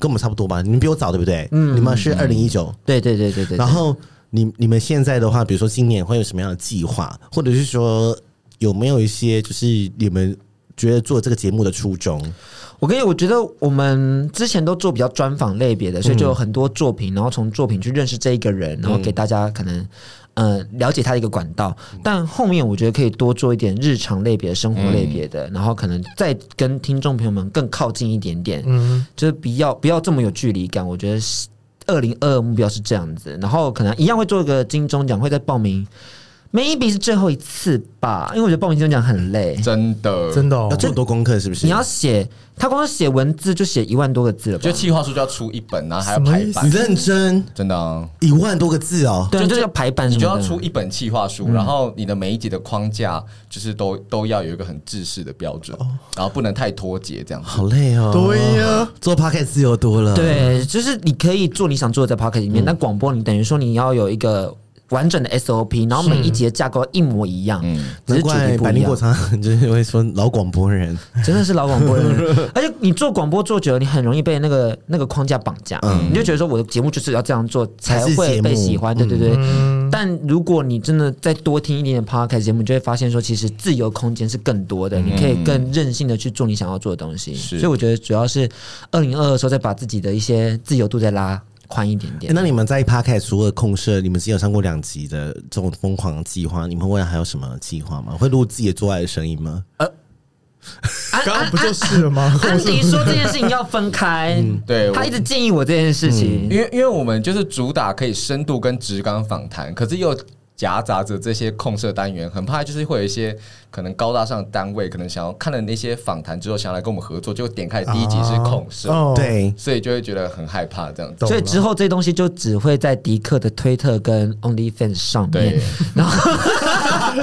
跟我们差不多吧？你们比我早，对不对？嗯，你们是二零一九， 对对对对对。然后你你们现在的话，比如说今年会有什么样的计划，或者是说有没有一些就是你们觉得做这个节目的初衷？我跟你，我觉得我们之前都做比较专访类别的，所以就有很多作品，然后从作品去认识这一个人，然后给大家可能呃了解他的一个管道。但后面我觉得可以多做一点日常类别、生活类别的，然后可能再跟听众朋友们更靠近一点点，嗯，就是不要不要这么有距离感。我觉得二零二二目标是这样子，然后可能一样会做一个金钟奖，会再报名。maybe 是最后一次吧，因为我觉得报名金钟奖很累，真 的真的，的、哦要，做很多功课是不是？你要写，他光是写文字就写一万多个字了吧就？企划书就要出一本，然后还要什么排意思版你，认真真的啊。一万多个字哦，对，就是要排版什你么就的，要出一本企划嗯书，然后你的每一集的框架就是都都要有一个很制式的标准，哦然后不能太脱节这样子。 好累哦。对呀，做 podcast 自由多了。，对，就是你可以做你想做的在 p o c k e t 里面，嗯但广播你等于说你要有一个完整的 SOP，然后每一节架构一模一样，嗯只难是主题怪不百一灵果样。常常 就是会说老广播人，真的是老广播人，而且你做广播做久了，你很容易被那个那个框架绑架，你就觉得说我的节目就是要这样做才才是会节被目喜欢，对对对。嗯，但如果你真的再多听一点点 podcast 节目，你就会发现说，其实自由空间是更多的，你可以更任性的去做你想要做的东西。是所以我觉得主要是二零二二时候再把自己的一些自由度再拉宽一点欸点。那你们在 podcast 除了控社，你们之前有上过两集的这种疯狂计划，你们未来还有什么计划吗？会录自己的做爱的声音吗？啊安刚安刚不就是了吗？安迪说这件事情要分开，嗯对他我一直建议我这件事情。因为因为我们就是主打可以深度跟质感访谈，可是又夹杂着这些控色单元，很怕就是会有一些可能高大上的单位，可能想要看了那些访谈之后，想要来跟我们合作，就点开第一集是控色，啊哦对，所以就会觉得很害怕这样子。懂所以了之后这些东西就只会在迪克的推特跟 OnlyFans 上面对，，然 后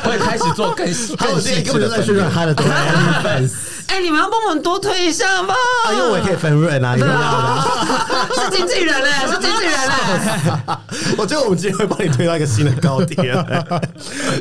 会开始做更 更细致的分宣传辨他的东西，哎、你们要帮我们多推一下 吧，因 为我也可以分润啊，你们要的。是经纪人嘞、是经纪人嘞、我觉得我们今天会帮你推到一个新的高 点，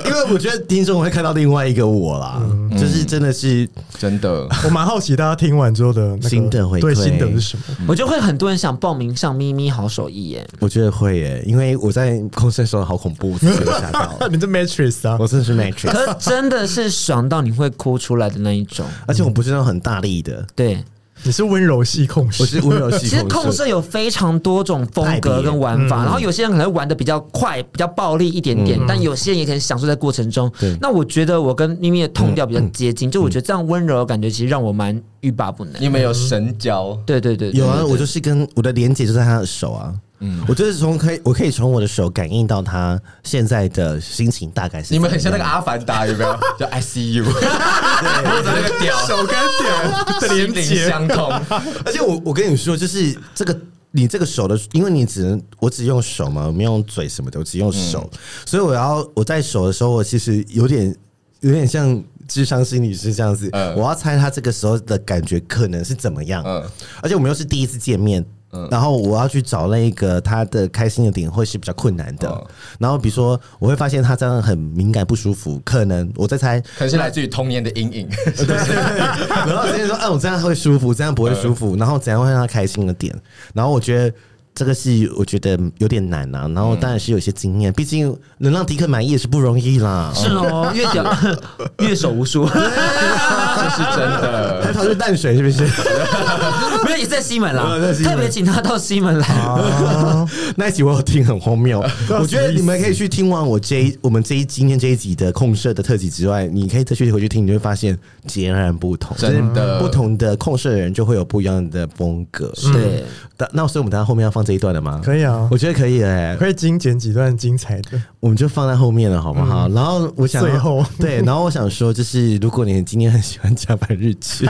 因为我觉得听众会看到另外一个我啦，嗯就是真的是真的。我蛮好奇大家听完之后的那个心得回馈对心得是什么？我就会很多人想报名上咪咪好手艺耶，我觉得会耶，因为我在公司的时候好恐怖，我自己都吓到， 你这 Matrix 啊，哦我真的是 matrix，可是真的是爽到你会哭出来的那一种。而且我不是那种很大力的，对，你是温柔系控我室，是温柔系其实控控色有非常多种风格跟玩嗯法，然后有些人可能会玩的比较快、比较暴力一点点，但有些人也可能享受在过程中对。嗯那我觉得我跟咪咪的痛调比较接近，就我觉得这样温柔的感觉其实让我蛮欲罢不能。你们有神交，对对对，对啊有啊，我就是跟我的连接就在他的手啊。嗯，我就是从可以，我可以从我的手感应到他现在的心情大概是怎你么们样。很像那个阿凡达，有没 有？就 I see you，或 者那个屌，手跟点的连 心灵接，相通， 而且我我跟你说，就是这个你这个手的，因为你只能我只用手嘛，我没用嘴什么的，我只用手，嗯所以我要我在手的时候，我其实有点有点像智商心理师这样子，嗯我要猜他这个时候的感觉可能是怎么样，嗯而且我们又是第一次见面。然后我要去找那个他的开心的点会是比较困难的。嗯然后比如说，我会发现他这样很敏感不舒服，可能我在猜可能是来自于童年的阴 影。对对对，然后直接说，哎、我这样会舒服，这样不会舒服，然后怎样会让他开心的点，然后我觉得。这个是我觉得有点难啊，然后当然是有些经验，毕竟能让迪克满意也是不容易啦。 是哦，越讲 越手无 数，这是真的。还跑去淡水是不是？没有也是在西门啦哦我在，西门哦特别请他到西门来。 那一集我有听很荒谬，我觉得你们可以去听完我这一我们这一今天这一集的控社的特辑之外，你可以再去回去听，你就会发现截然不同，真的就是不同的控社的人就会有不一样的风格。嗯对，那那所以我们等一下后面要放这一段了吗？可以啊我觉得可以哎、可以精简几段精彩的。我们就放在后面了，好不好？然后我想要，嗯最后 对，然后我想说，就是如果你今天很喜欢甲板日 志，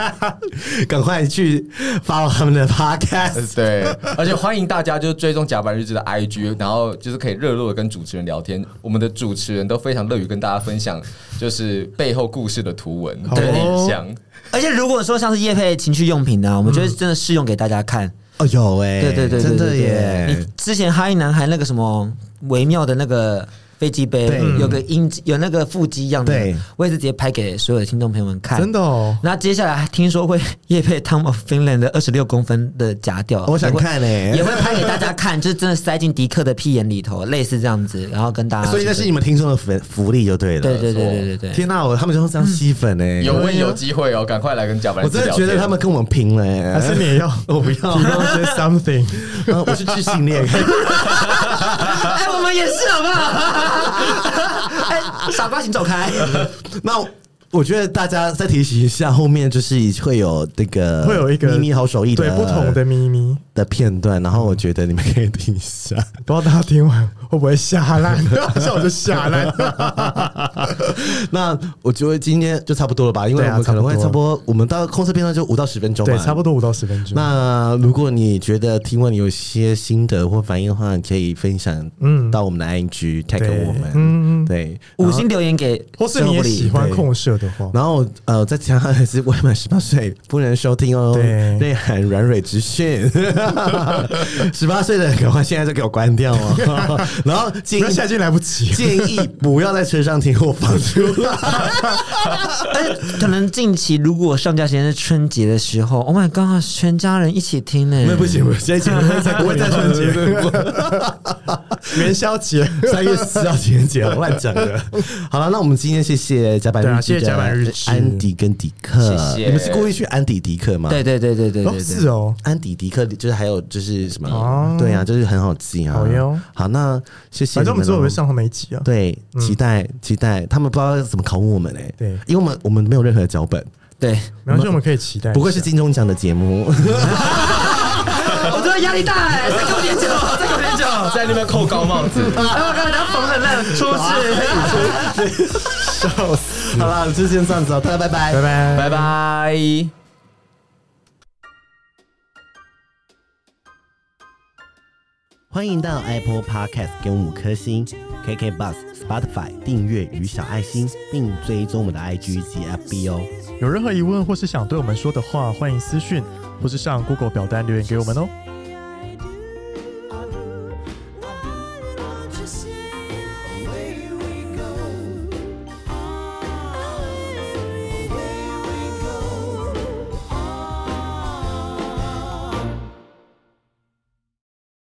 赶快去 follow 他们 的 podcast。对，而且欢迎大家就是追踪甲板日志的 IG，然后就是可以热络的跟主持人聊天。我们的主持人都非常乐于跟大家分享，就是背后故事的图文好跟哦影像。而且如果说像是叶配情趣用品呢，我们觉得真的试用给大家看。哦，有嗯哎、欸对对对，对真的对耶！你之前哈伊男孩那个什么微妙的那个飞机杯对，有个音有那个腹肌一样的对，我也是直接拍给所有的听众朋友们看。真的哦，那接下来听说会夜配 Tom of Finland 的二十六公分的夹吊，我想看哎、也会，也会拍给大家看，就是真的塞进迪克的屁眼里头，类似这样子，然后跟大家。所以那是你们听众的福福利就对了。对对对对对对。天哪、我他们就会这样吸粉哎、嗯有问有机会哦，赶快来跟甲板我日志真的聊觉天。得他们跟我们拼了、欸，还是你也 要提我不要，供一些 欸 something？啊我是巨性恋。哎，我们也是好不好？ 哎，傻瓜，请走 开。那我觉得大家再提醒一下，后面就是会有那个会有一个咪咪好手艺的对不同的咪咪，的片段，然后我觉得你们可以听一 下。不知道大家听完会不会吓 烂？像我就吓烂。那我觉得今天就差不多了吧，因为对我啊们可能会差差不不多，我们到控制片段就五到十分钟嘛，对，差不多五到十分钟。那如果你觉得听完有一些心得或反应的话，你可以分享，嗯，到我们的 IG tag 对我们，嗯，嗯对。五星留言给或是你也喜 欢控射的话，然后呃，在强还是未满十八岁不能收听哦，对内涵软蕊 之讯。十八岁的赶快现在就给我关 掉哦。然后建那议现在已经来不及。建议不要在车上听我放出 来，哎，可能近期如果上架时间是春节的时候，Oh my god，全家人一起听呢、哎那不行，我现在节目才不会在春节， 元宵节，三月四号情人节，我乱讲的。好了，那我们今天谢谢甲板日对啊志的谢谢甲板日志安迪跟迪克，谢谢你们是故意去安迪迪克吗？对。对对对对对哦，对，是哦，安迪迪克就是还有就是什么，哦对啊，就是很好记啊。好哟好，那谢谢反你正我们咯。哦们之后会上他们一集啊。对，期待、期待，他们不知道怎么拷问我们哎、对哎因为我们我们没有任何脚本，对，没关系，我们可以期待一下。不愧是金钟奖的节目。 我觉得哦压力大哎、再给我点酒， 再给我点酒，啊在那边扣高帽 子，哎，我刚才缝很烂，出去，哦 好了，就先这样子哦，大家拜拜，拜拜，拜拜。欢迎到 Apple Podcast 给我们五颗星，KK Bus、Spotify 订阅与小爱心，并追踪我们的 IG 及 FB 哦。有任何疑问或是想对我们说的话，欢迎私讯或是上 Google 表单留言给我们哦。